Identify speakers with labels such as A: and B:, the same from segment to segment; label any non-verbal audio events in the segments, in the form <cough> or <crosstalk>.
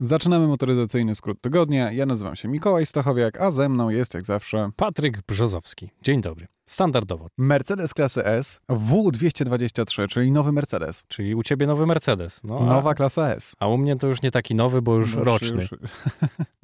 A: Zaczynamy motoryzacyjny skrót tygodnia. Ja nazywam się Mikołaj Stachowiak, a ze mną jest jak zawsze
B: Patryk Brzozowski. Dzień dobry. Standardowo,
A: Mercedes klasy S W223, czyli nowy Mercedes.
B: czyli u ciebie nowy Mercedes. No, a,
A: Nowa klasa S.
B: a u mnie to już nie taki nowy, bo już
A: No,
B: roczny.
A: już-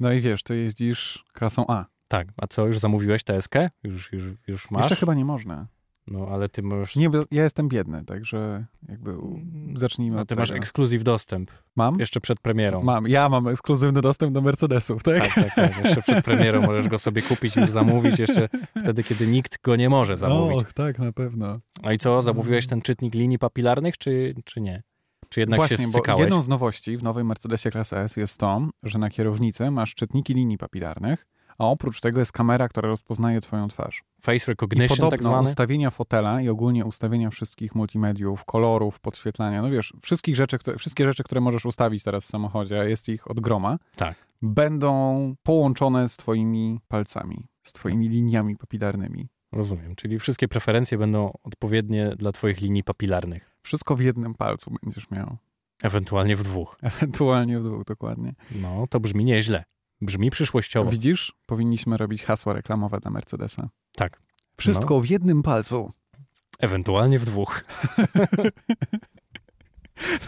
A: <laughs> No i wiesz, ty jeździsz klasą A.
B: Tak, a co, już zamówiłeś TSK? Już, już, już masz?
A: Jeszcze chyba nie można.
B: No, ale ty możesz...
A: Nie, bo ja jestem biedny, także jakby u- zacznijmy
B: No,
A: od
B: ty
A: tego.
B: masz ekskluzyw dostęp,
A: Mam?
B: jeszcze przed premierą.
A: Mam. Ja mam ekskluzywny dostęp do Mercedesów, tak?
B: Tak, tak, tak. Jeszcze przed premierą możesz go sobie kupić i zamówić jeszcze wtedy, kiedy nikt go nie może zamówić.
A: Och, tak, na pewno.
B: A i co, zamówiłeś ten czytnik linii papilarnych, czy, czy nie? Czy jednak
A: Właśnie,
B: się
A: bo
B: scykałeś?
A: jedną z nowości w nowej Mercedesie klasy S jest to, że na kierownicy masz czytniki linii papilarnych, a oprócz tego jest kamera, która rozpoznaje twoją twarz.
B: Face
A: I
B: recognition
A: podobno
B: tak zwany?
A: ustawienia fotela i ogólnie ustawienia wszystkich multimediów, kolorów, podświetlania, no wiesz, wszystkich rzeczy, które, wszystkie rzeczy, które możesz ustawić teraz w samochodzie, a jest ich od groma,
B: Tak.
A: będą połączone z twoimi palcami, z twoimi liniami papilarnymi.
B: Rozumiem, czyli wszystkie preferencje będą odpowiednie dla twoich linii papilarnych,
A: Wszystko w jednym palcu będziesz miał. <laughs>
B: ewentualnie w dwóch.
A: Ewentualnie w dwóch, dokładnie.
B: No, to brzmi nieźle. Brzmi przyszłościowo.
A: Widzisz? Powinniśmy robić hasła reklamowe dla Mercedesa.
B: Tak.
A: Wszystko w jednym palcu. <laughs>
B: Ewentualnie w <laughs> dwóch.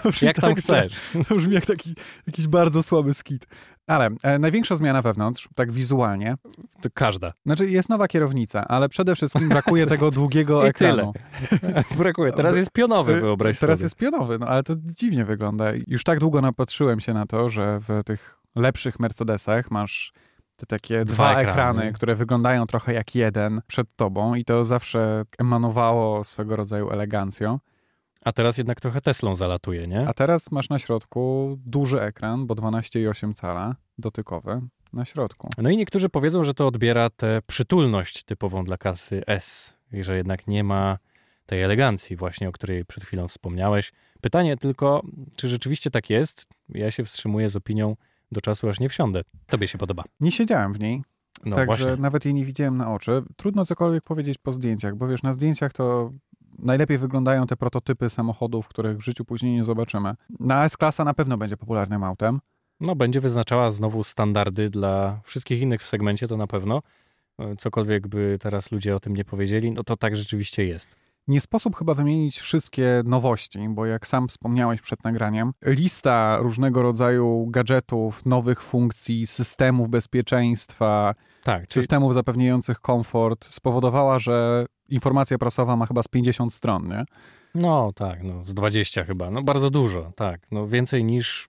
A: To brzmi
B: Jak tam
A: tak, że-
B: chcesz.
A: To brzmi jak taki jakiś bardzo słaby skit. Ale e, największa zmiana wewnątrz, tak wizualnie,
B: To każda.
A: znaczy jest nowa kierownica, ale przede
B: <laughs>
A: wszystkim brakuje tego długiego
B: I tyle.
A: ekranu.
B: Brakuje. Teraz jest pionowy,
A: E,
B: wyobraź
A: Teraz
B: sobie.
A: jest pionowy, no ale to dziwnie wygląda. Już tak długo napatrzyłem się na to, że w tych lepszych Mercedesach masz te takie dwa,
B: Dwa
A: ekrany,
B: ekrany.
A: które wyglądają trochę jak jeden przed tobą i to zawsze emanowało swego rodzaju elegancją.
B: A teraz jednak trochę Teslą zalatuje, nie?
A: A teraz masz na środku duży ekran, bo 12,8 cala, dotykowy, na środku.
B: No i niektórzy powiedzą, że to odbiera tę przytulność typową dla kasy S i że jednak nie ma tej elegancji właśnie, o której przed chwilą wspomniałeś. Pytanie tylko, czy rzeczywiście tak jest? Ja się wstrzymuję z opinią do czasu, aż nie wsiądę. Tobie się podoba.
A: Nie siedziałem w niej,
B: No
A: także
B: właśnie.
A: nawet jej nie widziałem na oczy. Trudno cokolwiek powiedzieć po zdjęciach, bo wiesz, na zdjęciach to najlepiej wyglądają te prototypy samochodów, których w życiu później nie zobaczymy. Na S-klasa na pewno będzie popularnym autem.
B: No, będzie wyznaczała znowu standardy dla wszystkich innych w segmencie, to na pewno. E, Cokolwiek by teraz ludzie o tym nie powiedzieli, no to tak rzeczywiście jest.
A: Nie sposób chyba wymienić wszystkie nowości, bo jak sam wspomniałeś przed nagraniem, lista różnego rodzaju gadżetów, nowych funkcji, systemów bezpieczeństwa,
B: Tak, czyli
A: systemów zapewniających komfort spowodowała, że informacja prasowa ma chyba z 50 stron, nie?
B: No tak, no z 20 chyba, no bardzo dużo, tak, no więcej niż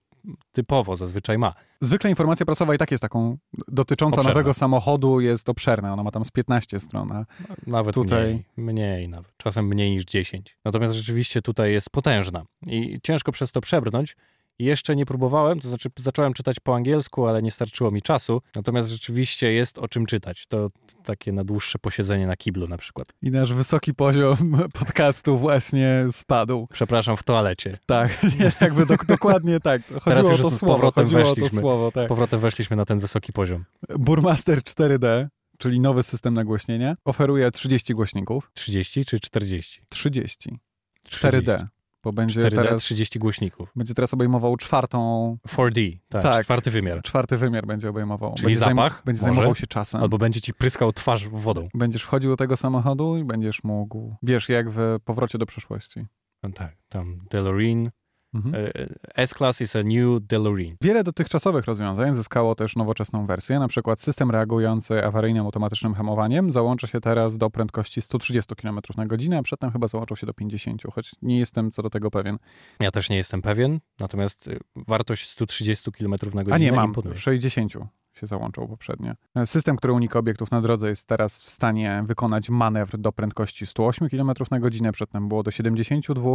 B: typowo zazwyczaj ma.
A: Zwykle informacja prasowa i tak jest taką dotycząca
B: Obszerna.
A: nowego samochodu, jest obszerna. Ona ma tam z 15 stron. a
B: Nawet
A: Tutaj-
B: mniej, mniej nawet, czasem mniej niż 10. Natomiast rzeczywiście tutaj jest potężna i ciężko przez to przebrnąć. I Jeszcze nie próbowałem, to znaczy zacząłem czytać po angielsku, ale nie starczyło mi czasu. Natomiast rzeczywiście jest o czym czytać. To takie na dłuższe posiedzenie na kiblu na przykład.
A: I nasz wysoki poziom <laughs> podcastu właśnie spadł.
B: Przepraszam, w toalecie.
A: Tak, <laughs> nie, jakby dok- dokładnie tak. Chodziło
B: Teraz już
A: o to
B: z
A: słowo,
B: powrotem
A: chodziło o to
B: weszliśmy.
A: słowo, tak.
B: Z powrotem weszliśmy na ten wysoki poziom.
A: Burmaster 4D, czyli nowy system nagłośnienia, oferuje 30 głośników.
B: 30 czy 40?
A: 30.
B: 30.
A: 4D, bo będzie
B: 4D,
A: teraz...
B: 30 głośników.
A: Będzie teraz obejmował czwartą
B: 4D, tak,
A: Tak.
B: czwarty wymiar.
A: Czwarty wymiar będzie obejmował.
B: Czyli
A: będzie zajm-
B: zapach?
A: Będzie
B: Może?
A: zajmował się czasem.
B: Albo będzie ci pryskał twarz wodą.
A: Będziesz wchodził do tego samochodu i będziesz mógł. Wiesz, jak w powrocie do przeszłości.
B: No Tak, tam DeLorean.
A: Mhm.
B: E, S-Class is a new DeLorean.
A: Wiele dotychczasowych rozwiązań zyskało też nowoczesną wersję, na przykład system reagujący awaryjnym automatycznym hamowaniem załącza się teraz do prędkości 130 km na godzinę, a przedtem chyba załączał się do 50, choć nie jestem co do tego pewien.
B: Ja też nie jestem pewien, natomiast e, wartość 130 km na godzinę
A: A nie, mam,
B: imponuje.
A: 60 się załączał poprzednio. System, który unika obiektów na drodze jest teraz w stanie wykonać manewr do prędkości 108 km na godzinę, przedtem było do 72,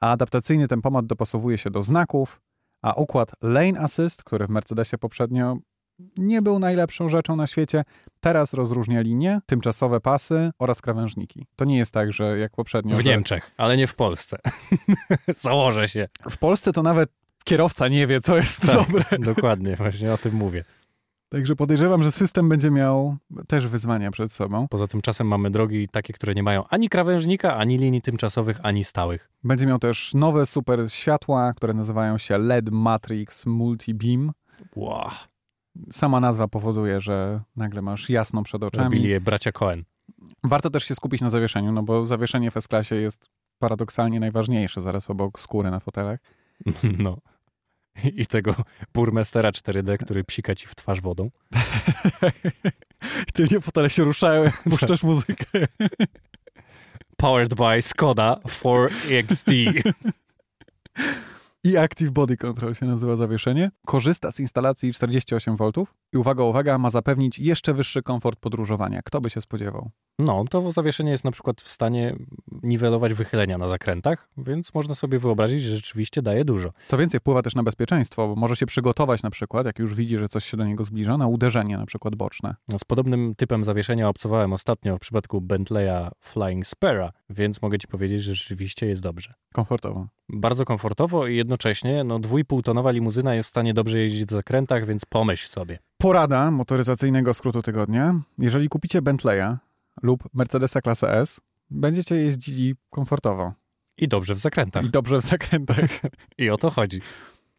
A: a adaptacyjny tempomat dopasowuje się do znaków, a układ Lane Assist, który w Mercedesie poprzednio nie był najlepszą rzeczą na świecie, teraz rozróżnia linie, tymczasowe pasy oraz krawężniki. To nie jest tak, że jak poprzednio...
B: W
A: że-
B: Niemczech, ale nie w Polsce. <laughs>
A: <laughs>
B: Założę się.
A: W Polsce to nawet kierowca nie wie, co jest
B: Tak.
A: dobre.
B: Dokładnie, właśnie o tym mówię.
A: Także podejrzewam, że system będzie miał też wyzwania przed sobą.
B: Poza tym czasem mamy drogi takie, które nie mają ani krawężnika, ani linii tymczasowych, ani stałych.
A: Będzie miał też nowe super światła, które nazywają się LED Matrix E Multi Beam.
B: Wow.
A: Sama nazwa powoduje, że nagle masz jasno przed
B: Robili
A: oczami.
B: je bracia Cohen. <laughs>
A: Warto też się skupić na zawieszeniu, no bo zawieszenie w S-klasie jest paradoksalnie najważniejsze zaraz obok skóry na fotelach.
B: No. I tego burmestera 4D, który psika ci w twarz wodą.
A: <laughs> Ty nie fotele się ruszają, puszczasz muzykę.
B: Powered by Skoda <laughs> 4XD.
A: I Active Body Control się nazywa zawieszenie. Korzysta z instalacji 48V i uwaga, uwaga, ma zapewnić jeszcze wyższy komfort podróżowania. Kto by się spodziewał?
B: No, to zawieszenie jest na przykład w stanie niwelować wychylenia na zakrętach, więc można sobie wyobrazić, że rzeczywiście daje dużo.
A: Co więcej, wpływa też na bezpieczeństwo, bo może się przygotować na przykład, jak już widzi, że coś się do niego zbliża, na uderzenie na przykład boczne.
B: No, z podobnym typem zawieszenia obcowałem ostatnio w przypadku Bentleya Flying Spera, więc mogę ci powiedzieć, że rzeczywiście jest dobrze.
A: Komfortowo.
B: Bardzo komfortowo i jednocześnie no, dwójpółtonowa limuzyna jest w stanie dobrze jeździć w zakrętach, więc pomyśl sobie.
A: Porada motoryzacyjnego skrótu tygodnia. Jeżeli kupicie Bentleya lub Mercedesa klasę S, będziecie jeździli komfortowo
B: I dobrze w zakrętach.
A: i dobrze w zakrętach.
B: I o to chodzi.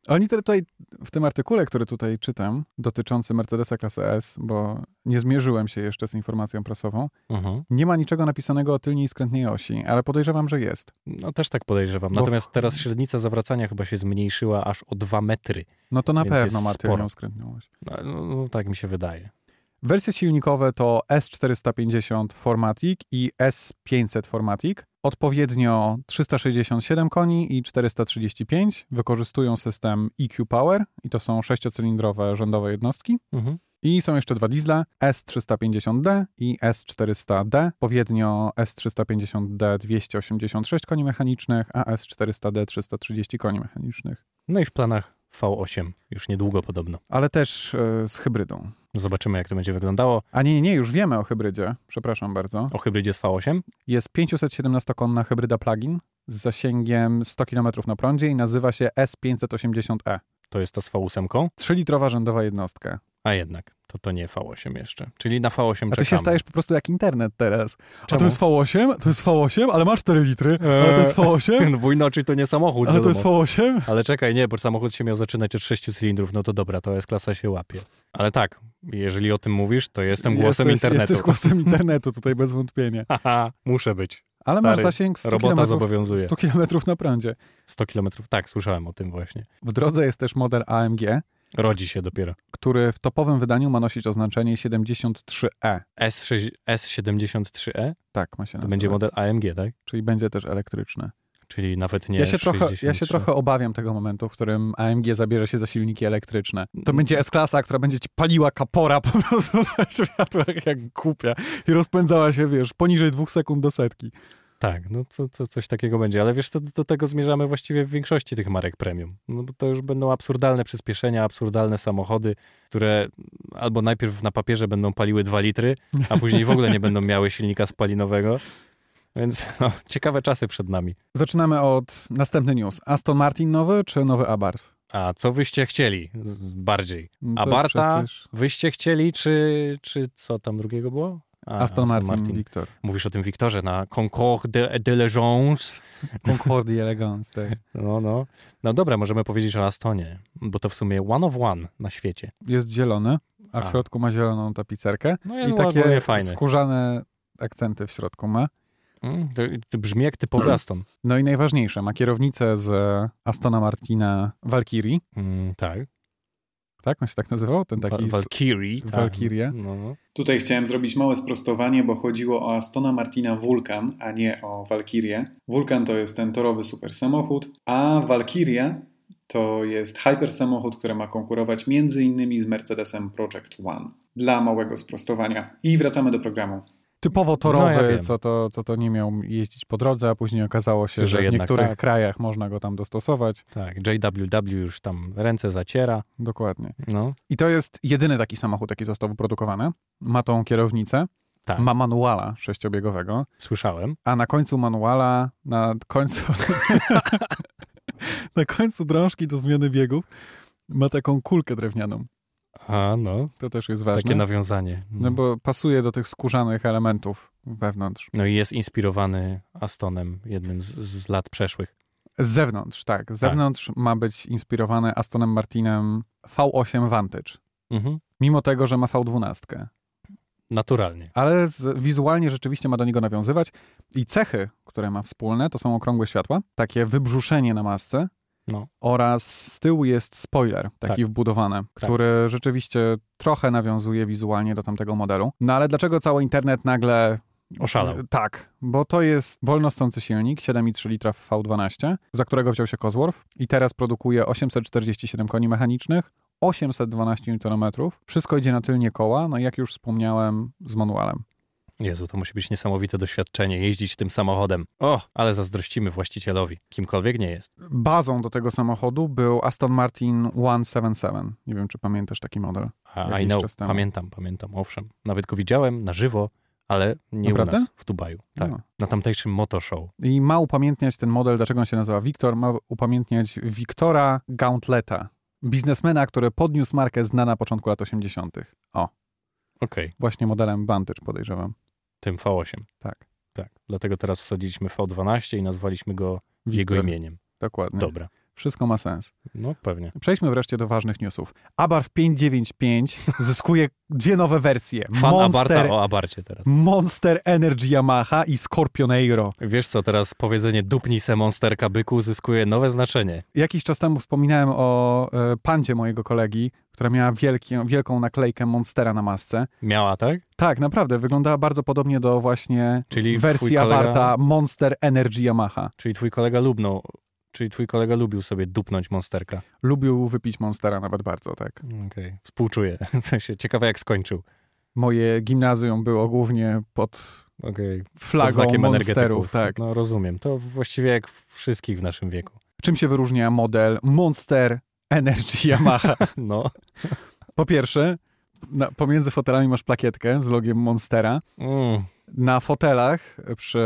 A: Oni te- tutaj w tym artykule, który tutaj czytam, dotyczący Mercedesa klasy S, bo nie zmierzyłem się jeszcze z informacją prasową,
B: Mhm.
A: nie ma niczego napisanego o tylniej i skrętnej osi, ale podejrzewam, że jest.
B: No też tak podejrzewam.
A: No.
B: Natomiast teraz średnica zawracania chyba się zmniejszyła aż o 2 metry.
A: No to na
B: Więc
A: pewno
B: jest
A: ma
B: sporo.
A: tylną skrętną oś.
B: No, no, no tak mi się wydaje.
A: Wersje silnikowe to S450 Formatic i S500 Formatic. Odpowiednio 367 koni i 435 wykorzystują system EQ Power i to są sześciocylindrowe rządowe jednostki.
B: Mhm.
A: I są jeszcze dwa diesle S350D i S400D, odpowiednio S350D 286 koni mechanicznych, a S400D 330 koni mechanicznych.
B: No i w planach V8 już niedługo podobno.
A: Ale też e, z hybrydą.
B: Zobaczymy, jak to będzie wyglądało.
A: A nie, nie, już wiemy o hybrydzie, przepraszam bardzo.
B: O hybrydzie z V8?
A: Jest 517-konna hybryda plug-in z zasięgiem 100 km na prądzie i nazywa się S580E.
B: To jest to z V8?
A: 3-litrowa E. rzędowa jednostka.
B: A jednak, to to nie V8 jeszcze. Czyli na V8
A: A
B: czekamy.
A: ty się
B: <laughs>
A: stajesz po prostu jak internet teraz. A
B: Czemu?
A: to jest V8? To jest V8, ale ma 4 litry. Ale to jest V8?
B: Dwójnoczy to nie samochód,
A: Ale to
B: wiadomo.
A: jest V8?
B: Ale czekaj, nie, bo samochód się miał zaczynać od sześciu cylindrów, no to dobra, to S-klasa się łapie. Ale tak, jeżeli o tym mówisz, to jestem głosem
A: Jesteś-
B: internetu.
A: Jesteś głosem internetu tutaj bez wątpienia.
B: <laughs> Haha, muszę być.
A: Ale masz
B: Stary,
A: zasięg 100
B: Robota
A: km,
B: zobowiązuje.
A: 100 km na prądzie.
B: 100 km, tak, słyszałem o tym właśnie.
A: W drodze jest też model AMG,
B: Rodzi się dopiero.
A: który w topowym wydaniu ma nosić oznaczenie 73E.
B: S6, S73E
A: Tak ma się
B: to
A: nazywać.
B: będzie model AMG, tak?
A: Czyli będzie też elektryczny.
B: Czyli nawet nie
A: ja, się trochę, ja się
B: 63.
A: trochę obawiam tego momentu, w którym AMG zabierze się za silniki elektryczne.
B: Mm.
A: To będzie S-klasa, która będzie ci paliła kapora <laughs> po prostu na światłach jak głupia i rozpędzała się, wiesz, poniżej dwóch sekund do setki.
B: Tak, no co, co, coś takiego będzie, ale wiesz, to do tego zmierzamy właściwie w większości tych marek premium. No bo to już będą absurdalne przyspieszenia, absurdalne samochody, które albo najpierw na papierze będą paliły 2 litry, a później w ogóle nie będą miały silnika spalinowego. Więc no, ciekawe czasy przed nami.
A: Zaczynamy od następny news. Aston Martin nowy czy nowy Abarth?
B: A co wyście chcieli z- z- bardziej?
A: No to
B: Abartha?
A: przecież
B: Wyście chcieli, czy, czy co tam drugiego było? A,
A: Aston Martin,
B: <laughs>
A: Victor.
B: Mówisz o tym Wiktorze na Concorde de, de Legence.
A: Concordia Elegance. tak.
B: No, no. No dobra, możemy powiedzieć o Astonie, bo to w sumie one of one na świecie.
A: Jest zielony, a w
B: A.
A: środku ma zieloną tapicerkę
B: No
A: i
B: jest
A: takie
B: takie fajne.
A: skórzane akcenty w środku ma.
B: Mm, to, to brzmi jak
A: <clears throat>
B: typowy Aston.
A: No i najważniejsze, ma kierownicę z Astona Martina Valkyrie,
B: Mm, tak.
A: tak? On się tak nazywał? Ten taki...
B: Wa-
A: s-
B: Valkyrie. Tak.
A: Valkyrie.
B: No, no.
A: Tutaj chciałem zrobić małe sprostowanie, bo chodziło o Astona Martina Vulcan, a nie o Valkyrię. Vulcan to jest ten torowy super samochód, a Valkyria to jest hyper samochód, który ma konkurować między innymi z Mercedesem Project One. Dla małego sprostowania. I wracamy do programu. Typowo
B: torowy, No, ja wiem.
A: co, to, co to nie miał jeździć po drodze, a później okazało się,
B: Że że w jednak niektórych tak.
A: krajach można go tam dostosować.
B: tak, JWW już tam ręce zaciera.
A: Dokładnie.
B: No,
A: I to jest jedyny taki samochód, jaki został wyprodukowany. Ma tą kierownicę,
B: tak,
A: ma manuala sześciobiegowego,
B: słyszałem.
A: a na końcu manuala, na końcu, <laughs> na końcu drążki do zmiany biegów ma taką kulkę drewnianą.
B: A, no,
A: To też jest
B: takie
A: ważne.
B: nawiązanie. Mm.
A: No bo pasuje do tych skórzanych elementów wewnątrz.
B: no i jest inspirowany Astonem, jednym z, z lat przeszłych.
A: Z zewnątrz, tak. Z zewnątrz ma być inspirowane Astonem Martinem V8 Vantage.
B: Mhm.
A: Mimo tego, że ma V12.
B: Naturalnie.
A: ale z, wizualnie rzeczywiście ma do niego nawiązywać. I cechy, które ma wspólne, to są okrągłe światła, takie wybrzuszenie na masce
B: No. Tak.
A: oraz z tyłu jest spoiler, taki wbudowany, który rzeczywiście trochę nawiązuje wizualnie do tamtego modelu. No ale dlaczego cały internet nagle...
B: Oszalał.
A: Tak, bo to jest wolnostący silnik 7,3 litra w V12, za którego wziął się Cosworth i teraz produkuje 847 koni mechanicznych, 812 Nm. Wszystko idzie na tylnie koła, no i jak już wspomniałem, z manualem.
B: Jezu, to musi być niesamowite doświadczenie jeździć tym samochodem. O, ale zazdrościmy właścicielowi, kimkolwiek nie jest.
A: Bazą do tego samochodu był Aston Martin 177. Nie wiem, czy pamiętasz taki model.
B: A, I
A: Jakiś
B: know,
A: czas temu.
B: pamiętam, pamiętam, owszem. Nawet go widziałem na żywo, ale nie
A: Naprawdę?
B: u nas, w Dubaju. Tak,
A: No.
B: na tamtejszym motoshow.
A: I ma upamiętniać ten model, dlaczego on się nazywa Wiktor, ma upamiętniać Wiktora Gauntleta, biznesmena, który podniósł markę zna na początku lat 80. O,
B: Okej,
A: właśnie modelem Vantage podejrzewam.
B: tym V8.
A: Tak.
B: Tak, dlatego teraz wsadziliśmy V12 i nazwaliśmy go jego
A: Wiktor.
B: imieniem.
A: Dokładnie.
B: Dobra,
A: Wszystko ma sens.
B: no pewnie.
A: Przejdźmy wreszcie do ważnych newsów. Abarth 595 <laughs> zyskuje dwie nowe wersje.
B: Fan
A: Monster,
B: Abarta o Abarcie teraz.
A: Monster Energy Yamaha i Scorpion Aero.
B: Wiesz co, teraz powiedzenie dupnij se monsterka byku zyskuje nowe znaczenie.
A: Jakiś czas temu wspominałem o e, pandzie mojego kolegi, która miała wielki, wielką naklejkę Monstera na masce.
B: Miała, tak?
A: Tak, naprawdę, wyglądała bardzo podobnie do właśnie
B: Czyli twój
A: wersji
B: kolega-
A: Abarta Monster Energy Yamaha.
B: Czyli twój kolega lubnął, czyli twój kolega lubił sobie dupnąć monsterka.
A: Lubił wypić Monstera nawet bardzo, tak.
B: Okej, współczuję. <laughs> W sensie, ciekawe jak skończył.
A: Moje gimnazjum było głównie pod
B: Okej, pod
A: flagą
B: znakiem energetyków.
A: Monsterów, tak.
B: No rozumiem, to właściwie jak wszystkich w naszym
A: <laughs>
B: wieku.
A: Czym się wyróżnia model Monster Energy
B: <laughs>
A: Yamaha?
B: No,
A: Po pierwsze, na, pomiędzy fotelami masz plakietkę z logiem Monstera.
B: mm,
A: Na fotelach przy,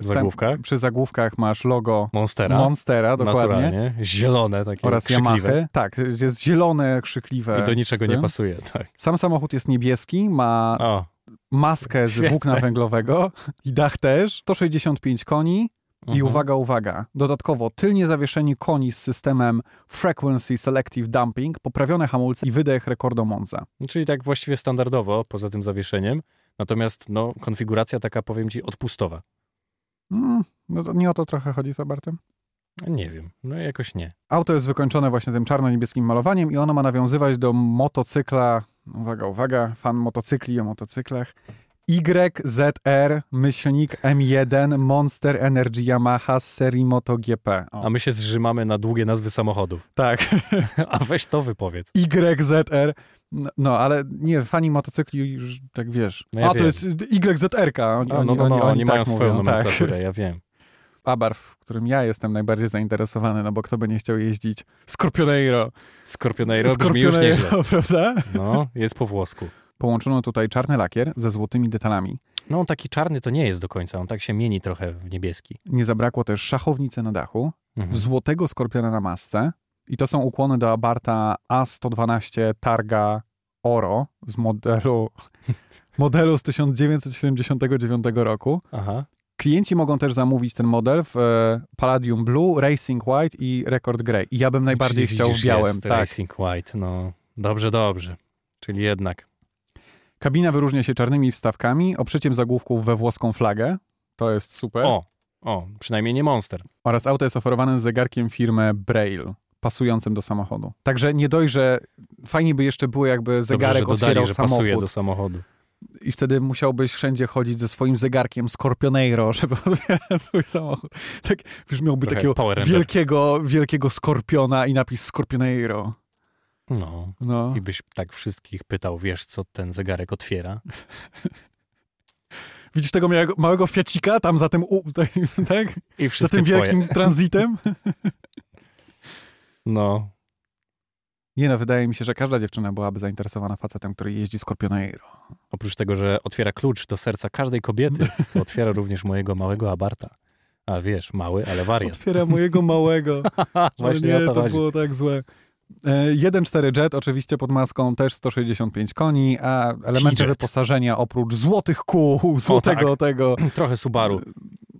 B: w zagłówkach.
A: przy zagłówkach masz logo
B: Monstera,
A: Monstera, dokładnie.
B: naturalnie, zielone takie
A: Oraz
B: krzykliwe.
A: Yamaha. Tak, jest zielone, krzykliwe.
B: I do niczego nie
A: Tym?
B: pasuje, <laughs> tak.
A: Sam samochód jest niebieski, ma
B: O,
A: maskę z
B: Świetne.
A: włókna węglowego i dach też. 165 koni i
B: mhm.
A: uwaga, uwaga. Dodatkowo tylnie zawieszeni koni z systemem Frequency Selective Dumping, poprawione hamulce i wydech rekordu Monza.
B: Czyli tak właściwie standardowo, poza tym zawieszeniem. Natomiast no, konfiguracja taka, powiem ci, odpustowa.
A: Mm, no to nie o to trochę chodzi z Abartem.
B: Nie wiem, no jakoś nie.
A: Auto jest wykończone właśnie tym czarno-niebieskim malowaniem i ono ma nawiązywać do motocykla, uwaga, uwaga, fan motocykli o motocyklach, YZR, myślnik M1 Monster Energy Yamaha z serii MotoGP. O,
B: A my się zrzymamy na długie nazwy samochodów. <laughs>
A: tak, <laughs>
B: A weź to wypowiedz.
A: YZR. No, no, ale nie, fani motocykli już tak wiesz.
B: No ja
A: A, to
B: wiem.
A: jest YZR-ka. Oni,
B: A, no,
A: oni-
B: no, no,
A: oni-
B: oni,
A: oni tak
B: mają swoją
A: mówią, tak.
B: nomenklaturę, ja wiem.
A: Abarth, w którym ja jestem najbardziej zainteresowany, no bo kto by nie chciał jeździć? Scorpioneiro.
B: Scorpioneiro
A: <laughs>
B: brzmi już nieźle.
A: prawda?
B: No, jest po włosku.
A: Połączono tutaj czarny lakier ze złotymi detalami.
B: No, on taki czarny to nie jest do końca, on tak się mieni trochę w niebieski.
A: Nie zabrakło też szachownicy na dachu,
B: Mhm.
A: złotego skorpiona na masce i to są ukłony do Abarta A112 Targa Oro z modelu, <laughs> modelu z 1979 roku.
B: Aha,
A: Klienci mogą też zamówić ten model w e, Palladium Blue, Racing White i Record Grey. I ja bym najbardziej
B: Czyli
A: chciał w
B: widzisz,
A: białym.
B: Jest
A: Tak.
B: Racing White, no. Dobrze, dobrze. Czyli jednak.
A: Kabina wyróżnia się czarnymi wstawkami, obszyciem zagłówków we włoską flagę. To jest super.
B: O, o, przynajmniej nie Monster.
A: oraz auto jest oferowane z zegarkiem firmy Braille, pasującym do samochodu. Także nie dość, że fajnie by jeszcze było, jakby zegarek
B: dobrze, że dodali,
A: otwierał
B: że pasuje
A: samochód
B: do samochodu.
A: i wtedy musiałbyś wszędzie chodzić ze swoim zegarkiem Scorpioneiro, <laughs> żeby otwierał swój samochód. Tak, wiesz, miałby
B: Trochę
A: takiego
B: Power Ranger.
A: wielkiego, wielkiego skorpiona i napis Scorpioneiro.
B: No.
A: No.
B: I byś tak wszystkich pytał, wiesz, co ten zegarek otwiera?
A: Widzisz tego małego, małego Fiacika tam za tym, u, <laughs> tak, tak?
B: I
A: Za
B: wszystkie
A: tym
B: twoje. <laughs>
A: wielkim transitem?
B: No,
A: Nie no, wydaje mi się, że każda dziewczyna byłaby zainteresowana facetem, który jeździ Scorpioneiro.
B: Oprócz tego, że otwiera klucz do serca każdej kobiety, to otwiera również mojego małego abarta. A wiesz, mały,
A: <laughs>
B: ale wariat.
A: Otwiera mojego małego.
B: Właśnie
A: nie,
B: o to,
A: to
B: chodzi.
A: było tak złe. E, 1.4 jet oczywiście pod maską, też 165 koni, a elementy
B: T-Jet. tak.
A: wyposażenia oprócz złotych kół, <laughs> złotego tego, <laughs>
B: Trochę Subaru.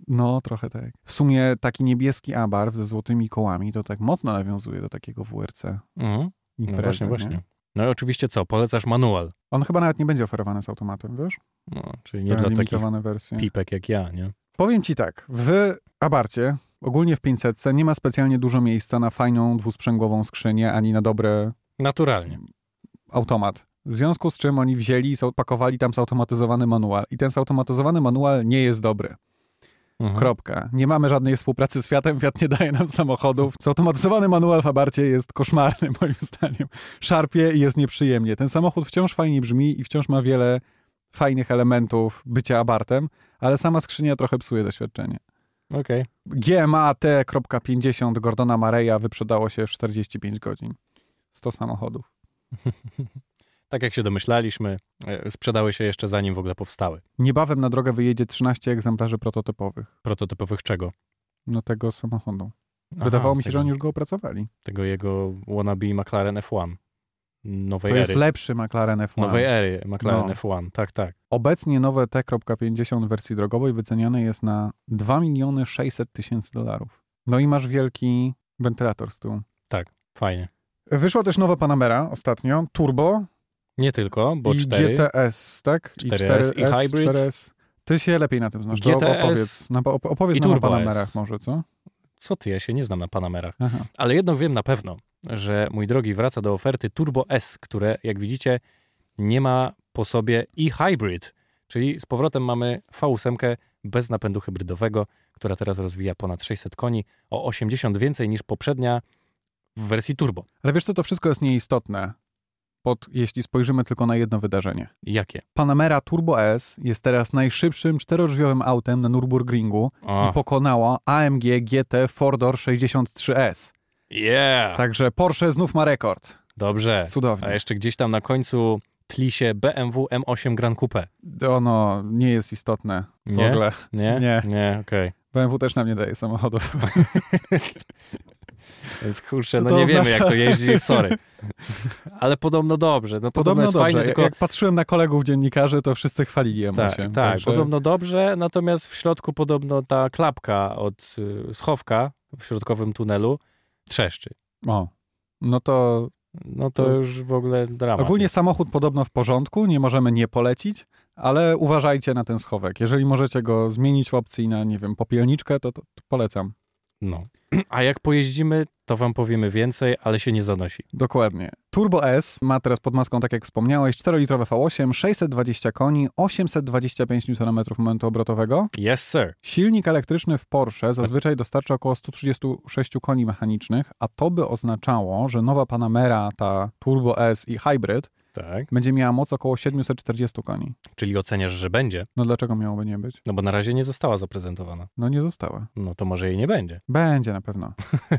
A: No, trochę tak. W sumie taki niebieski abarw ze złotymi kołami to tak mocno nawiązuje do takiego WRC.
B: Mhm. No
A: imprezy,
B: właśnie,
A: nie?
B: właśnie. No i oczywiście co? Polecasz manual.
A: On chyba nawet nie będzie oferowany z automatem, wiesz?
B: No, czyli nie
A: Nie
B: dla takich
A: limitowane wersje.
B: pipek jak ja, nie?
A: Powiem ci tak, w Abarcie, ogólnie w 500 nie ma specjalnie dużo miejsca na fajną dwusprzęgłową skrzynię, ani na dobry
B: Naturalnie.
A: automat. W związku z czym oni wzięli i pakowali tam zautomatyzowany manual. I ten zautomatyzowany manual nie jest dobry.
B: Mhm.
A: Kropka. Nie mamy żadnej współpracy z Fiatem, Fiat nie daje nam samochodów. Zautomatyzowany manual w Abarcie jest koszmarny <laughs> moim zdaniem. Szarpie i jest nieprzyjemnie. Ten samochód wciąż fajnie brzmi i wciąż ma wiele fajnych elementów bycia Abartem, ale sama skrzynia trochę psuje doświadczenie.
B: Okej.
A: GMAT.50 Gordona Mareja wyprzedało się w 45 godzin. 100 samochodów.
B: Tak jak się domyślaliśmy, e, sprzedały się jeszcze zanim w ogóle powstały.
A: Niebawem na drogę wyjedzie 13 egzemplarzy prototypowych
B: Prototypowych czego?
A: no tego samochodu.
B: Aha,
A: Wydawało mi się,
B: tego,
A: że oni już go opracowali.
B: Tego jego wannabe McLaren F1. Nowej
A: To
B: ery.
A: jest lepszy McLaren F1.
B: Nowej e- ery McLaren
A: No.
B: F1, tak, tak.
A: Obecnie nowe T.50 w wersji drogowej wyceniane jest na 2 miliony 600 tysięcy dolarów. No i masz wielki wentylator z tyłu.
B: Fajnie.
A: Wyszła też nowa Panamera ostatnio, Turbo
B: Nie tylko, bo
A: i
B: 4.
A: GTS, tak?
B: 4S, i Hybrid.
A: 4S. Ty się lepiej na tym znasz. To
B: GTS.
A: Opowiedz, no, bo op- opowiedz
B: I
A: nam o
B: Turbo S.
A: Panamerach może, co?
B: Co ty, ja się nie znam na Panamerach.
A: Aha.
B: Ale jedno wiem na pewno, że mój drogi wraca do oferty Turbo S, które jak widzicie nie ma po sobie i hybrid, czyli z powrotem mamy V8 bez napędu hybrydowego, która teraz rozwija ponad 600 koni, o 80 więcej niż poprzednia w wersji turbo.
A: Ale wiesz co, to wszystko jest nieistotne, pod, jeśli spojrzymy tylko na jedno wydarzenie.
B: Jakie?
A: Panamera Turbo S jest teraz najszybszym czterodrzwiowym autem na Nürburgringu
B: O,
A: i pokonała AMG GT 4-door 63S.
B: yeah!
A: Także Porsche znów ma rekord.
B: Dobrze. Tak. A
A: Cudownie.
B: jeszcze gdzieś tam na końcu tli się BMW M8 Grand Coupe.
A: Ono nie jest istotne w
B: Nie?
A: ogóle.
B: Nie?
A: Nie.
B: Nie, okej.
A: BMW też nam nie daje samochodów.
B: Więc kurczę,
A: No
B: no
A: to
B: nie wiemy
A: oznacza-
B: jak to jeździ, sorry. Ale podobno dobrze, no podobno,
A: Podobno
B: jest
A: dobrze.
B: fajnie, tylko...
A: Jak patrzyłem na kolegów dziennikarzy, to wszyscy chwalili M8.
B: Tak, tak
A: Także
B: podobno dobrze, natomiast w środku podobno ta klapka od y, schowka w środkowym tunelu trzeszczy.
A: O. No to
B: No to
A: To-
B: już w ogóle dramat.
A: Mm. Ogólnie
B: jest.
A: samochód podobno w porządku, nie możemy nie polecić, ale uważajcie na ten schowek. Jeżeli możecie go zmienić w opcji na, nie wiem, popielniczkę, to, to, to polecam.
B: No. <clears throat> A jak pojeździmy, to wam powiemy więcej, ale się nie zanosi.
A: Dokładnie. Turbo S ma teraz pod maską, tak jak wspomniałeś, 4-litrowe V8, 620 koni, 825 Nm momentu obrotowego.
B: Yes, sir.
A: Silnik elektryczny w Porsche zazwyczaj dostarcza około 136 koni mechanicznych, a to by oznaczało, że nowa Panamera, ta Turbo S i Hybrid,
B: Tak.
A: będzie miała moc około 740 koni.
B: Czyli oceniasz, że będzie,
A: No dlaczego miałoby nie być?
B: no bo na razie nie została zaprezentowana.
A: No nie została.
B: No to może jej nie będzie. <laughs>
A: Będzie na pewno.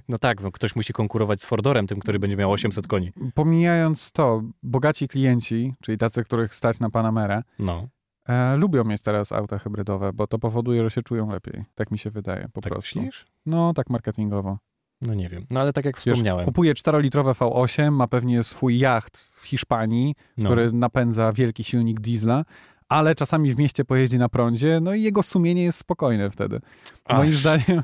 B: No tak, no ktoś musi konkurować z Fordorem, tym, który będzie miał 800 koni.
A: Pomijając to, bogaci klienci, czyli tacy, których stać na Panamerę,
B: No,
A: e, lubią mieć teraz auta hybrydowe, bo to powoduje, że się czują lepiej. Tak mi się wydaje po
B: tak
A: prostu.
B: myślisz?
A: No, tak marketingowo.
B: No nie wiem. No ale tak jak
A: Wiesz,
B: wspomniałem.
A: kupuje 4-litrowe V8, ma pewnie swój jacht w Hiszpanii,
B: no.
A: który napędza wielki silnik diesla, ale czasami w mieście pojeździ na prądzie, no i jego sumienie jest spokojne wtedy.
B: Ach,
A: Moim zdaniem,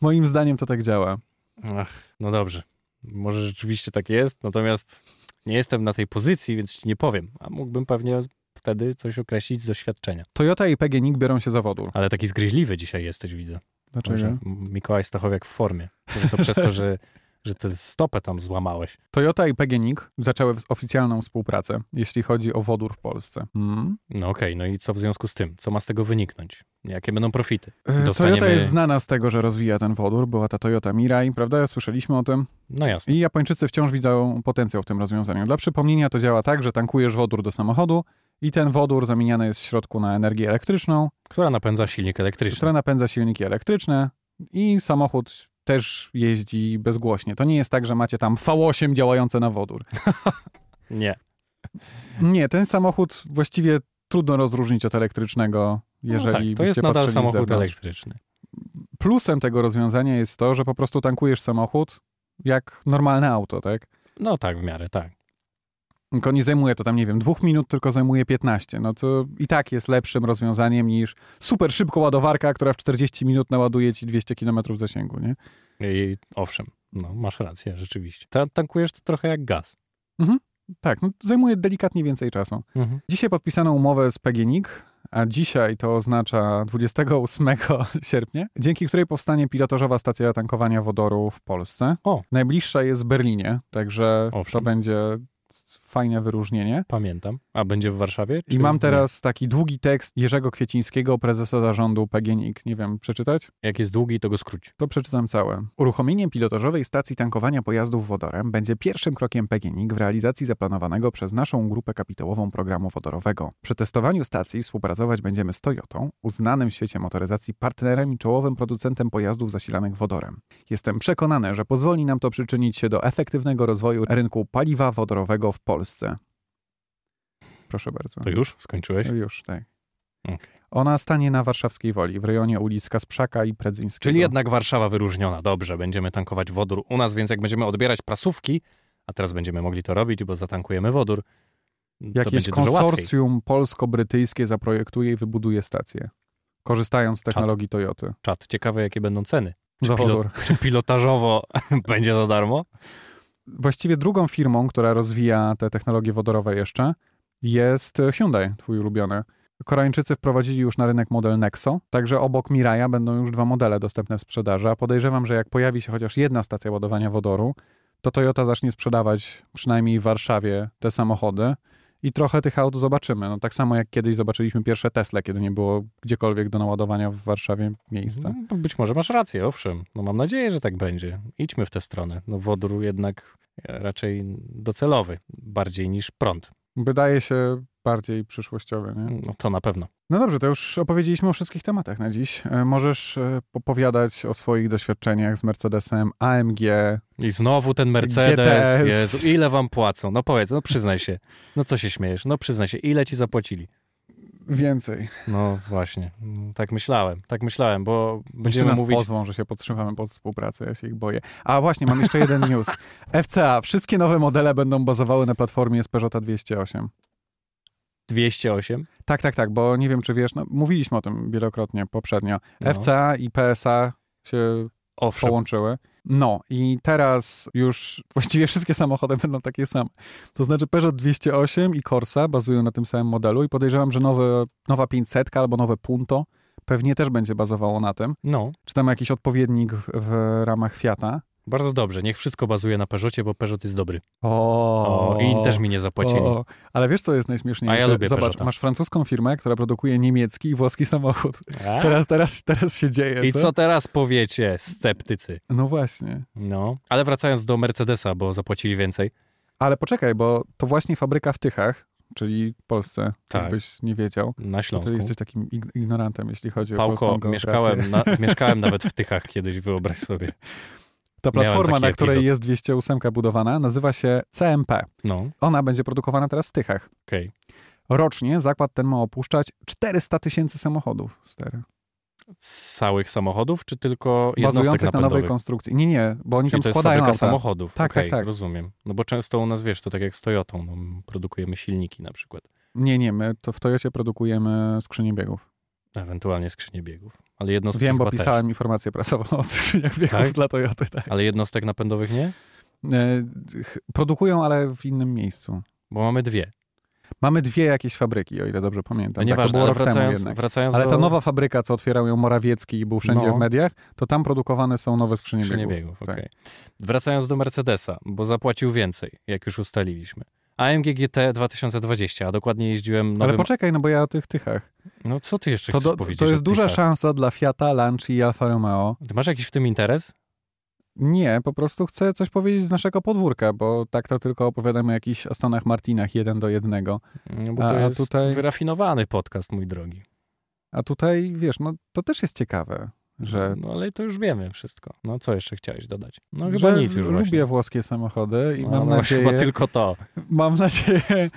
A: moim zdaniem to tak działa.
B: Ach, no dobrze. Może rzeczywiście tak jest, natomiast nie jestem na tej pozycji, więc ci nie powiem. A mógłbym pewnie wtedy coś określić z doświadczenia.
A: Toyota i PGNiG biorą się Znaczy, za wodór.
B: Ale taki zgryźliwy dzisiaj jesteś, widzę. Że
A: Dlaczego?
B: Mikołaj Stachowiak w formie. Może to przez
A: <laughs>
B: to, że, że tę stopę tam złamałeś.
A: Toyota i PGNiG zaczęły w- oficjalną współpracę, jeśli chodzi o wodór w Polsce. Mm.
B: No okej, no i co w związku z tym? Co ma z tego wyniknąć? Jakie będą profity?
A: E,
B: Dostaniemy-
A: Toyota jest znana z tego, że rozwija ten wodór. Była ta Toyota Mirai, prawda? Słyszeliśmy o tym.
B: No jasne.
A: I Japończycy wciąż widzą potencjał w tym rozwiązaniu. Dla przypomnienia to działa tak, że tankujesz wodór do samochodu i ten wodór zamieniany jest w środku na energię elektryczną,
B: Która napędza silnik elektryczny?
A: która napędza silniki elektryczne i samochód też jeździ bezgłośnie. To nie jest tak, że macie tam V8 działające na wodór.
B: Nie.
A: Nie, ten samochód właściwie trudno rozróżnić od elektrycznego, jeżeli
B: no tak, to
A: byście
B: jest nadal
A: patrzyli z
B: samochód
A: zewnątrz.
B: elektryczny.
A: Plusem tego rozwiązania jest to, że po prostu tankujesz samochód jak normalne auto, tak?
B: No tak, w miarę, tak.
A: Tylko nie zajmuje to tam, nie wiem, dwóch minut, tylko zajmuje 15. No co i tak jest lepszym rozwiązaniem niż super szybko ładowarka, która w 40 minut naładuje ci 200 km zasięgu, nie?
B: I, owszem, no masz rację, rzeczywiście. Ta, tankujesz to trochę jak gaz.
A: Tak, no zajmuje delikatnie więcej czasu.
B: Mhm.
A: Dzisiaj podpisano umowę z PGNiG, a dzisiaj to oznacza 28 <laughs> sierpnia, dzięki której powstanie pilotażowa stacja tankowania wodoru w Polsce.
B: O.
A: Najbliższa jest w Berlinie, także
B: Owszem.
A: to będzie fajne wyróżnienie.
B: Pamiętam. A będzie w Warszawie?
A: I mam teraz taki długi tekst Jerzego Kwiecińskiego, prezesa zarządu PGNiG. Nie wiem, przeczytać?
B: nie? Jak jest długi, to go skróć.
A: To przeczytam całe. Uruchomienie pilotażowej stacji tankowania pojazdów wodorem będzie pierwszym krokiem PGNiG w realizacji zaplanowanego przez naszą grupę kapitałową programu wodorowego. Przy testowaniu stacji współpracować będziemy z Toyotą, uznanym w świecie motoryzacji partnerem i czołowym producentem pojazdów zasilanych wodorem. Jestem przekonany, że pozwoli nam to przyczynić się do efektywnego rozwoju rynku paliwa wodorowego w Polsce. Proszę bardzo.
B: To już? Skończyłeś?
A: Już, tak.
B: Tak Okej.
A: Ona stanie na warszawskiej woli, w rejonie ulic Kasprzaka i Predzyńskiego.
B: Czyli jednak Warszawa wyróżniona. Dobrze, będziemy tankować wodór u nas, więc jak będziemy odbierać prasówki, a teraz będziemy mogli to robić, bo zatankujemy wodór, to
A: Jakieś
B: będzie dużo łatwiej.
A: konsorcjum polsko-brytyjskie zaprojektuje i wybuduje stację, korzystając z technologii Toyoty.
B: Czat, ciekawe jakie będą ceny.
A: Za
B: pilot-
A: wodór.
B: Czy pilotażowo <laughs> będzie za darmo?
A: Właściwie drugą firmą, która rozwija te technologie wodorowe jeszcze, jest Hyundai, twój ulubiony. Koreańczycy wprowadzili już na rynek model Nexo, także obok Miraja będą już dwa modele dostępne w sprzedaży, a podejrzewam, że jak pojawi się chociaż jedna stacja ładowania wodoru, to Toyota zacznie sprzedawać przynajmniej w Warszawie te samochody i trochę tych aut zobaczymy. No, tak samo jak kiedyś zobaczyliśmy pierwsze Tesle, kiedy nie było gdziekolwiek do naładowania w Warszawie miejsca.
B: No, Być może masz rację, owszem. No mam nadzieję, że tak będzie. Idźmy w tę stronę. No wodór jednak e, raczej docelowy, bardziej niż prąd.
A: Wydaje się bardziej przyszłościowe, nie?
B: No to na pewno.
A: No dobrze, to już opowiedzieliśmy o wszystkich tematach na dziś. E, Możesz e, opowiadać o swoich doświadczeniach z Mercedesem AMG.
B: I znowu ten Mercedes.
A: GTS.
B: Jezu, ile wam płacą? No powiedz, no przyznaj się. No co się śmiejesz? No przyznaj się, ile ci zapłacili?
A: Więcej.
B: No właśnie, Mm, tak myślałem, tak myślałem, bo
A: Będziemy
B: będziemy
A: nas
B: mówić...
A: pozwą, że się podtrzymamy pod współpracę, ja się ich boję. A właśnie, mam jeszcze jeden <laughs> news. FCA. Wszystkie nowe modele będą bazowały na platformie z Peugeota 208.
B: 208.
A: Tak, tak, tak, bo nie wiem, czy wiesz, no, mówiliśmy o tym wielokrotnie poprzednio.
B: No.
A: FCA i PSA się
B: Owszem,
A: połączyły. No i teraz już właściwie wszystkie samochody będą takie same. To znaczy Peugeot 208 i Corsa bazują na tym samym modelu i podejrzewam, że nowe, nowa 500 albo nowe Punto pewnie też będzie bazowało na tym.
B: no,
A: Czy tam jakiś odpowiednik w, w ramach Fiata?
B: bardzo dobrze, niech wszystko bazuje na Peugeocie, bo Peugeot jest dobry.
A: O,
B: O, i też mi nie zapłacili.
A: o. Ale wiesz, co jest najśmieszniejsze?
B: A ja lubię
A: Zobacz,
B: Peugeota.
A: masz francuską firmę, która produkuje niemiecki i włoski samochód.
B: A?
A: Teraz, teraz, teraz się dzieje.
B: Tak? I co teraz powiecie, sceptycy?
A: No właśnie.
B: No, ale wracając do Mercedesa, bo zapłacili więcej.
A: Ale poczekaj, bo to właśnie fabryka w Tychach, czyli w Polsce,
B: Tak.
A: jakbyś nie wiedział.
B: Na Śląsku.
A: Ty jesteś takim ig- ignorantem, jeśli chodzi o
B: Pałko,
A: polską geografię. <laughs>
B: mieszkałem, na, mieszkałem nawet w Tychach kiedyś, wyobraź sobie.
A: Ta platforma,
B: taki
A: na której
B: epizod.
A: jest 208 budowana, nazywa się CMP.
B: No,
A: Ona będzie produkowana teraz w Tychach.
B: okej.
A: Rocznie zakład ten ma opuszczać 400 tysięcy samochodów. Stary.
B: Z całych samochodów, czy tylko jednostek
A: Bazujących na nowej
B: napędowych?
A: konstrukcji. Nie, nie, bo oni tam
B: Czyli to jest
A: składają
B: fabryka
A: auta.
B: samochodów.
A: Tak,
B: Okej,
A: tak, tak.
B: Rozumiem. No bo często u nas, wiesz, to tak jak z Toyotą, no, produkujemy silniki na przykład,
A: Nie, nie, my to w Toyocie produkujemy skrzynię biegów.
B: ewentualnie skrzynie biegów. Ale jednostek
A: Wiem, bo
B: chyba też.
A: pisałem informację prasową o <laughs> skrzyniach biegów
B: Tak?
A: dla Toyoty. Tak.
B: Ale jednostek napędowych nie?
A: E, ch- Produkują, ale w innym miejscu.
B: Bo mamy dwie.
A: Mamy dwie jakieś fabryki, o ile dobrze pamiętam.
B: No
A: tak, to
B: nieważne,
A: było
B: ale
A: rok temu
B: wracając,
A: jednak.
B: wracając
A: Ale
B: do
A: ta nowa fabryka, co otwierał ją Morawiecki i był wszędzie
B: No.
A: w mediach, to tam produkowane są nowe skrzynie
B: skrzynie
A: biegów.
B: biegów.
A: Tak.
B: okej. Wracając do Mercedesa, bo zapłacił więcej, jak już ustaliliśmy. AMG GT 2020, a dokładnie jeździłem nowym...
A: Ale poczekaj, no bo ja o tych tychach.
B: No co ty jeszcze
A: To,
B: chcesz
A: do,
B: powiedzieć
A: to jest
B: o
A: duża
B: Tikach?
A: szansa dla Fiata, Lancia i Alfa Romeo.
B: Ty masz jakiś w tym interes?
A: Nie, po prostu chcę coś powiedzieć z naszego podwórka, bo tak to tylko opowiadamy o jakichś Astonach Martinach jeden do jednego.
B: No bo
A: A-
B: to
A: a
B: jest
A: tutaj-
B: wyrafinowany podcast, mój drogi.
A: A tutaj, wiesz, no to też jest ciekawe, że,
B: No ale to już wiemy wszystko. No co jeszcze chciałeś dodać? No
A: że
B: chyba nic już
A: lubię
B: właśnie.
A: włoskie samochody i
B: No,
A: mam
B: no,
A: nadzieję...
B: Chyba tylko to.
A: Mam <laughs> nadzieję,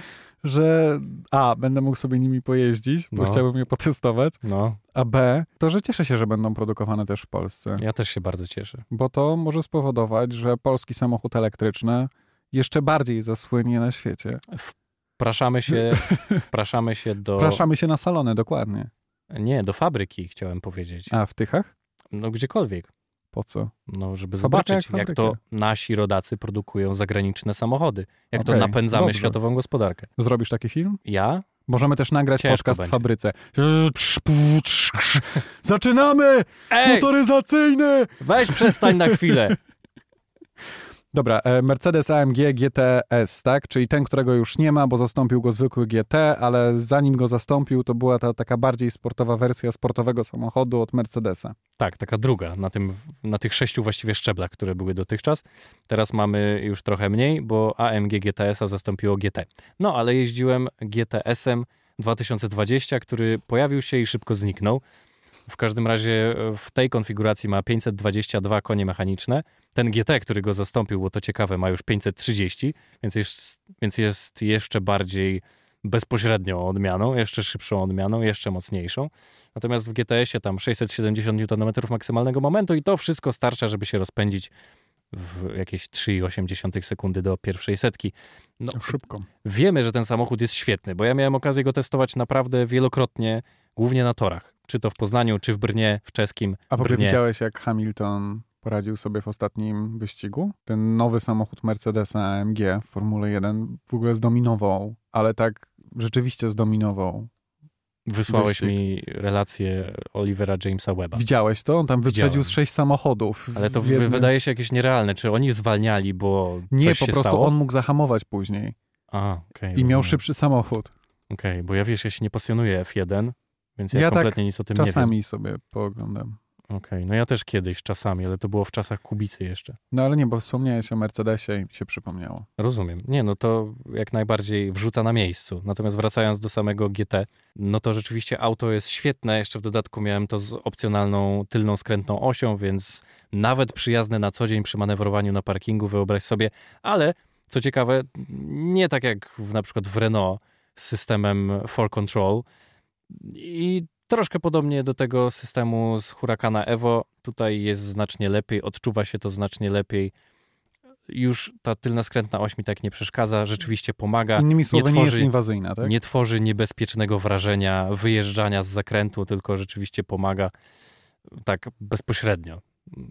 A: że A, będę mógł sobie nimi pojeździć, bo
B: No.
A: chciałbym je potestować,
B: No,
A: a B, to, że cieszę się, że będą produkowane też w Polsce,
B: ja też się bardzo cieszę.
A: bo to może spowodować, że polski samochód elektryczny jeszcze bardziej zasłynie na świecie.
B: Wpraszamy się,
A: <laughs>
B: wpraszamy się do...
A: Praszamy się na salony, dokładnie.
B: Nie, do fabryki chciałem powiedzieć.
A: A w Tychach?
B: No gdziekolwiek.
A: Po co?
B: No, żeby
A: Fabryka jak
B: zobaczyć, jak, to
A: fabryka.
B: nasi rodacy produkują zagraniczne samochody. Jak
A: Okej,
B: to napędzamy
A: dobrze.
B: światową gospodarkę.
A: Zrobisz taki film?
B: Ja?
A: Możemy też nagrać
B: Ciężko
A: podcast w
B: będzie.
A: fabryce. Zaczynamy!
B: Ej,
A: Motoryzacyjny!
B: weź przestań na chwilę.
A: Dobra, e, Mercedes AMG GTS, tak? Czyli ten, którego już nie ma, bo zastąpił go zwykły GT, ale zanim go zastąpił, to była ta taka bardziej sportowa wersja sportowego samochodu od Mercedesa.
B: Tak, taka druga na, tym, na tych sześciu właściwie szczeblach, które były dotychczas. Teraz mamy już trochę mniej, bo AMG GTS-a zastąpiło GT. No, ale jeździłem GTS-em 2020, który pojawił się i szybko zniknął. W każdym razie e, w tej konfiguracji ma 522 konie mechaniczne. Ten GT, który go zastąpił, bo to ciekawe, ma już 530, więc jest, więc jest jeszcze bardziej bezpośrednią odmianą, jeszcze szybszą odmianą, jeszcze mocniejszą. Natomiast w GTS-ie tam 670 Nm maksymalnego momentu i to wszystko starcza, żeby się rozpędzić w jakieś 3,8 sekundy do pierwszej setki. No,
A: Szybko.
B: wiemy, że ten samochód jest świetny, bo ja miałem okazję go testować naprawdę wielokrotnie, głównie na torach. Czy to w Poznaniu, czy w Brnie, w czeskim.
A: A w ogóle
B: Brnie.
A: widziałeś, jak Hamilton poradził sobie w ostatnim wyścigu? Ten nowy samochód Mercedesa AMG w Formule 1 w ogóle zdominował, ale tak rzeczywiście zdominował.
B: Wysłałeś
A: Wyścig.
B: mi relację Olivera Jamesa Webba.
A: Widziałeś to? On tam wyprzedził
B: Tak. Widziałem.
A: z sześć samochodów.
B: Ale to
A: w
B: w-
A: jednym-
B: wydaje się jakieś nierealne. Czy oni zwalniali, bo
A: Nie,
B: coś
A: po
B: się
A: prostu
B: stało?
A: on mógł zahamować później
B: A, okej,
A: i miał
B: rozumiem.
A: szybszy samochód.
B: Okej, bo ja wiesz, ja się nie pasjonuję F1, więc ja,
A: Ja tak
B: kompletnie nic o tym nie
A: Czasami sobie pooglądam.
B: wiem. Okej, no ja też kiedyś, czasami, ale to było w czasach Kubicy jeszcze.
A: No ale nie, bo wspomniałeś o Mercedesie i mi się przypomniało.
B: Rozumiem. Nie, no to jak najbardziej wrzuca na miejscu. Natomiast wracając do samego GT, no to rzeczywiście auto jest świetne. Jeszcze w dodatku miałem to z opcjonalną tylną skrętną osią, więc nawet przyjazne na co dzień przy manewrowaniu na parkingu, wyobraź sobie. Ale co ciekawe, nie tak jak w, na przykład w Renault z systemem for control. I troszkę podobnie do tego systemu z Huracana Evo. Tutaj jest znacznie lepiej, odczuwa się to znacznie lepiej. Już ta tylna skrętna oś mi tak nie przeszkadza, rzeczywiście pomaga.
A: Innymi słowy, nie, jest
B: tworzy-
A: inwazyjna, tak?
B: Nie tworzy niebezpiecznego wrażenia wyjeżdżania z zakrętu, tylko rzeczywiście pomaga tak bezpośrednio.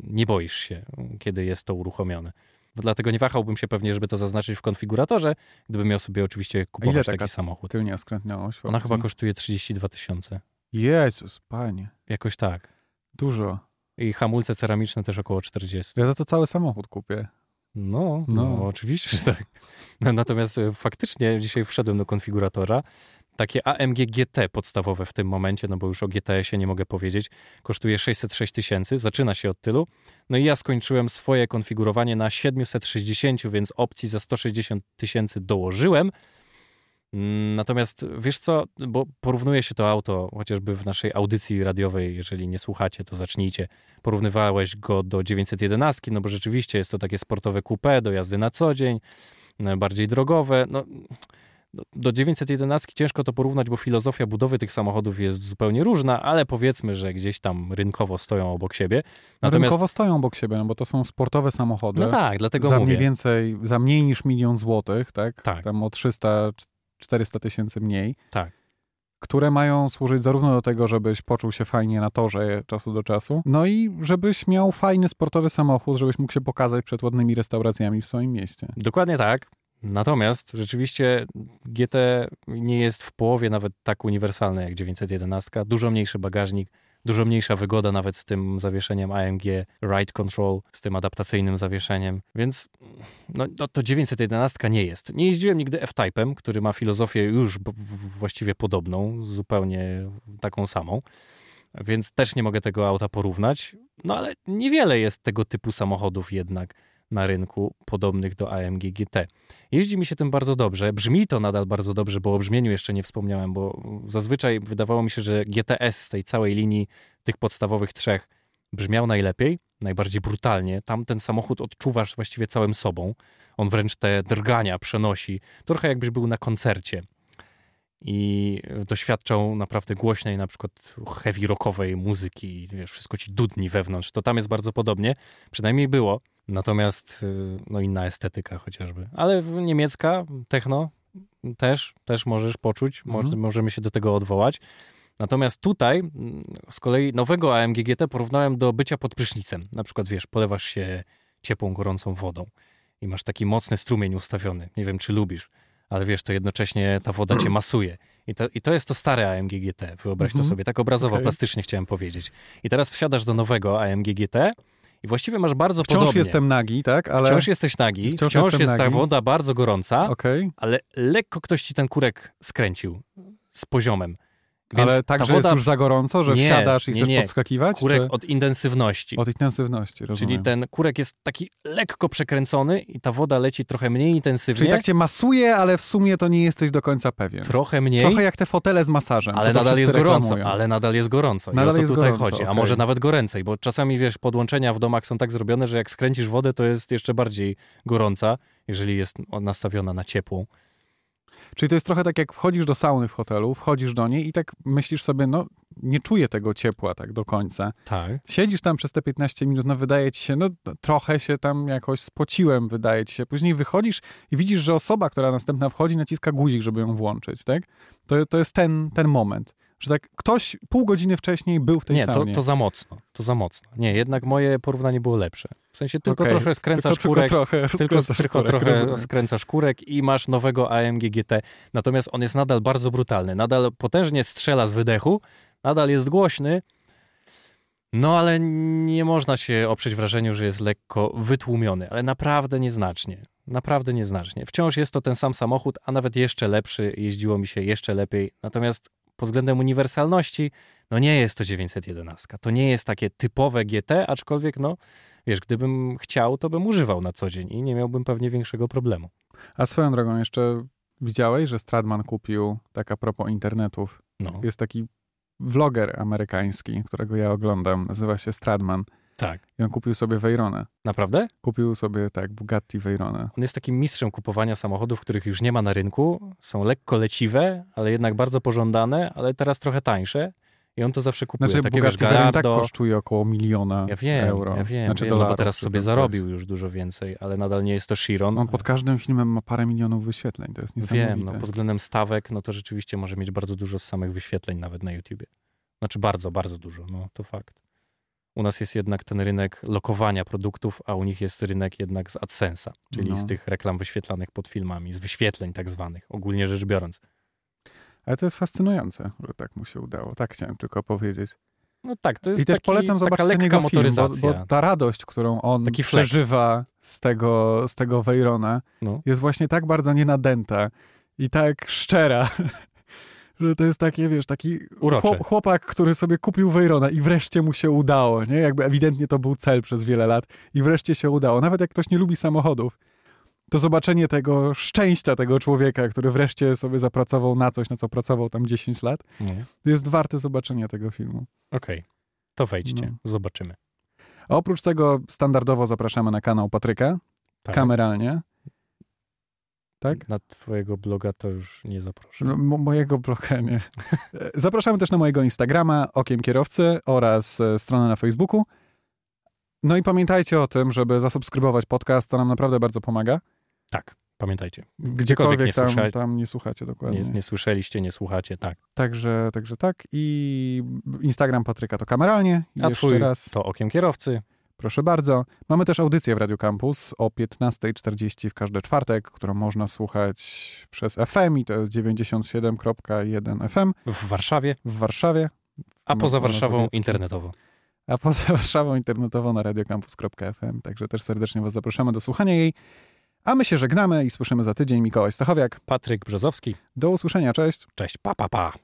B: Nie boisz się, kiedy jest to uruchomione. Dlatego nie wahałbym się pewnie, żeby to zaznaczyć w konfiguratorze, gdybym miał sobie oczywiście kupować
A: taka
B: taki samochód.
A: Tylnie skrętniała oś w
B: Ona
A: opcji.
B: chyba kosztuje 32 tysiące.
A: Jezus, panie.
B: Jakoś tak.
A: Dużo.
B: I hamulce ceramiczne też około 40.
A: Ja za to cały samochód kupię.
B: No,
A: No.
B: no. oczywiście, że tak. No, natomiast e, faktycznie dzisiaj wszedłem do konfiguratora. Takie AMG GT podstawowe w tym momencie, no bo już o GTS-ie nie mogę powiedzieć, kosztuje 606 tysięcy, zaczyna się od tylu. No i ja skończyłem swoje konfigurowanie na 760, więc opcji za 160 tysięcy dołożyłem. Mm, Natomiast wiesz co, bo porównuje się to auto chociażby w naszej audycji radiowej, jeżeli nie słuchacie, to zacznijcie. Porównywałeś go do 911, no bo rzeczywiście jest to takie sportowe coupé do jazdy na co dzień, e, bardziej drogowe. No, do- do 911 ciężko to porównać, bo filozofia budowy tych samochodów jest zupełnie różna, ale powiedzmy, że gdzieś tam rynkowo stoją obok siebie.
A: Natomiast...
B: Natomiast
A: Rynkowo stoją obok siebie, no bo to są sportowe samochody.
B: no tak, dlatego
A: za
B: mówię.
A: mniej więcej, za mniej niż milion złotych, tak?
B: Tak.
A: Tam o 300-400 tysięcy mniej.
B: Tak.
A: Które mają służyć zarówno do tego, żebyś poczuł się fajnie na torze czasu do czasu, no i żebyś miał fajny sportowy samochód, żebyś mógł się pokazać przed ładnymi restauracjami w swoim mieście.
B: Dokładnie tak. Natomiast rzeczywiście GT nie jest w połowie nawet tak uniwersalne jak 911. Dużo mniejszy bagażnik, dużo mniejsza wygoda nawet z tym zawieszeniem AMG Ride Control, z tym adaptacyjnym zawieszeniem. Więc no, no, to 911 nie jest. Nie jeździłem nigdy F-Typem, który ma filozofię już b- w- właściwie podobną, zupełnie taką samą. Więc też nie mogę tego auta porównać. No ale niewiele jest tego typu samochodów jednak na rynku podobnych do AMG GT. Jeździ mi się tym bardzo dobrze, brzmi to nadal bardzo dobrze, bo o brzmieniu jeszcze nie wspomniałem, bo zazwyczaj wydawało mi się, że GTS z tej całej linii tych podstawowych trzech brzmiał najlepiej, najbardziej brutalnie. Tam ten samochód odczuwasz właściwie całym sobą. On wręcz te drgania przenosi, trochę jakbyś był na koncercie. i doświadczą naprawdę głośnej, na przykład heavy rockowej muzyki, wiesz, wszystko ci dudni wewnątrz, to tam jest bardzo podobnie, przynajmniej było. Natomiast y, no inna estetyka chociażby. Ale w- niemiecka, techno też, też możesz poczuć, mo-
A: Mhm.
B: możemy się do tego odwołać. Natomiast tutaj mm, z kolei nowego AMG GT porównałem do bycia pod prysznicem. Na przykład, wiesz, polewasz się ciepłą, gorącą wodą i masz taki mocny strumień ustawiony. Nie wiem, czy lubisz, ale wiesz, to jednocześnie ta woda cię masuje. I to, I to jest to stare AMG GT, wyobraź to
A: Mhm.
B: sobie. Tak obrazowo,
A: Okej.
B: plastycznie chciałem powiedzieć. I teraz wsiadasz do nowego AMG GT i właściwie masz bardzo
A: Wciąż
B: podobnie.
A: jestem nagi, tak? Ale...
B: Wciąż jesteś nagi,
A: Wciąż
B: wciąż,
A: jestem
B: jest ta
A: nagi.
B: woda bardzo gorąca,
A: Okej,
B: ale lekko ktoś ci ten kurek skręcił z poziomem. Więc
A: ale tak,
B: ta
A: że
B: woda,
A: jest już za gorąco, że
B: Nie,
A: wsiadasz i
B: nie,
A: chcesz
B: nie.
A: podskakiwać?
B: kurek
A: czy...
B: od intensywności.
A: Od intensywności, rozumiem.
B: Czyli ten kurek jest taki lekko przekręcony i ta woda leci trochę mniej intensywnie,
A: Czyli tak cię masuje, ale w sumie to nie jesteś do końca pewien.
B: trochę mniej,
A: Trochę jak te fotele z masażem. co
B: ale
A: to
B: nadal
A: wszyscy
B: jest gorąco,
A: reklamują.
B: ale nadal jest gorąco.
A: Nadal
B: I o to
A: jest
B: tutaj
A: gorąco,
B: chodzi, a
A: okej.
B: może nawet goręcej, bo czasami wiesz, podłączenia w domach są tak zrobione, że jak skręcisz wodę, to jest jeszcze bardziej gorąca, jeżeli jest nastawiona na ciepłą.
A: Czyli to jest trochę tak, jak wchodzisz do sauny w hotelu, wchodzisz do niej i tak myślisz sobie, no nie czuję tego ciepła tak do końca.
B: Tak.
A: Siedzisz tam przez te 15 minut, no wydaje ci się, no trochę się tam jakoś spociłem, wydaje ci się. Później wychodzisz i widzisz, że osoba, która następna wchodzi, naciska guzik, żeby ją włączyć, tak? To, to jest ten, ten moment, że tak ktoś pół godziny wcześniej był w tej
B: nie, to,
A: saunie.
B: to za mocno, to za mocno. Nie, jednak moje porównanie było lepsze. W sensie tylko
A: Okej,
B: trochę skręcasz
A: tylko,
B: kurek,
A: tylko <laughs> trochę,
B: tylko,
A: skręcasz
B: tylko
A: kurek,
B: trochę
A: rozumiem.
B: skręcasz kurek i masz nowego AMG GT. Natomiast on jest nadal bardzo brutalny, nadal potężnie strzela z wydechu, nadal jest głośny, no ale nie można się oprzeć wrażeniu, że jest lekko wytłumiony, ale naprawdę nieznacznie. Naprawdę nieznacznie. Wciąż jest to ten sam samochód, a nawet jeszcze lepszy, jeździło mi się jeszcze lepiej. Natomiast pod względem uniwersalności, no nie jest to 911. To nie jest takie typowe GT, aczkolwiek no, wiesz, gdybym chciał, to bym używał na co dzień i nie miałbym pewnie większego problemu.
A: A swoją drogą jeszcze widziałeś, że Stradman kupił, tak a propos internetów,
B: No,
A: jest taki vloger amerykański, którego ja oglądam, nazywa się Stradman
B: tak.
A: i on kupił sobie Veyronę.
B: Naprawdę?
A: Kupił sobie, tak, Bugatti Veyronę.
B: On jest takim mistrzem kupowania samochodów, których już nie ma na rynku. Są lekko leciwe, ale jednak bardzo pożądane, ale teraz trochę tańsze. I on to zawsze kupuje.
A: Znaczy
B: Takie wiesz,
A: Bugatti Veyron tak
B: Gallardo.
A: kosztuje około miliona
B: Ja wiem,
A: euro.
B: ja wiem,
A: znaczy
B: wiem no
A: dolarów,
B: bo teraz
A: czy
B: sobie
A: tam coś.
B: zarobił już dużo więcej, ale nadal nie jest to Chiron.
A: On pod każdym filmem ma parę milionów wyświetleń, to jest niesamowite.
B: Wiem, no, pod względem stawek, no to rzeczywiście może mieć bardzo dużo z samych wyświetleń nawet na YouTubie. Znaczy bardzo, bardzo dużo, no to fakt. U nas jest jednak ten rynek lokowania produktów, a u nich jest rynek jednak z AdSense'a, czyli
A: No.
B: z tych reklam wyświetlanych pod filmami, z wyświetleń tak zwanych, ogólnie rzecz biorąc.
A: Ale to jest fascynujące, że tak mu się udało. Tak chciałem tylko powiedzieć.
B: No tak, to jest
A: I też
B: taki,
A: polecam
B: taka
A: zobaczyć ten
B: lekka
A: jego film, bo,
B: motoryzacja.
A: bo ta radość, którą on
B: Taki flex.
A: przeżywa z tego, z tego Veyrona,
B: No.
A: jest właśnie tak bardzo nienadęta i tak szczera, <laughs> że to jest takie, wiesz, taki
B: Urocze.
A: chłop- chłopak, który sobie kupił Veyrona i wreszcie mu się udało, nie? Jakby ewidentnie to był cel przez wiele lat i wreszcie się udało. Nawet jak ktoś nie lubi samochodów, to zobaczenie tego szczęścia tego człowieka, który wreszcie sobie zapracował na coś, na co pracował tam 10 lat,
B: No, Okej,
A: jest warte zobaczenia tego filmu.
B: to wejdźcie,
A: No.
B: zobaczymy.
A: A oprócz tego standardowo zapraszamy na kanał Patryka,
B: Tak.
A: kameralnie. Tak?
B: Na twojego bloga to już nie zaproszę.
A: M- mojego bloga
B: <laughs>
A: nie. Zapraszamy też na mojego Instagrama, Okiem Kierowcy oraz e, stronę na Facebooku. No i pamiętajcie o tym, żeby zasubskrybować podcast, to nam naprawdę bardzo pomaga.
B: Tak, pamiętajcie.
A: Gdziekolwiek
B: nie,
A: tam,
B: słysza...
A: tam nie słuchacie dokładnie.
B: nie, nie słyszeliście, nie słuchacie, tak.
A: Także, także tak. I Instagram Patryka to kameralnie. I
B: A
A: jeszcze
B: twój
A: raz.
B: to okiem kierowcy.
A: Proszę bardzo. Mamy też audycję w Radio Campus o 15.40 w każdy czwartek, którą można słuchać przez FM i to jest 97.1 FM
B: w Warszawie,
A: w Warszawie,
B: a
A: No,
B: poza
A: Pana
B: Warszawą
A: Sowiecki.
B: internetowo.
A: a poza <laughs> Warszawą internetowo na radiocampus.fm. Także też serdecznie Was zapraszamy do słuchania jej. A my się żegnamy i słyszymy za tydzień. Mikołaj Stachowiak.
B: Patryk Brzozowski,
A: Do usłyszenia. Cześć.
B: cześć, pa, pa, pa.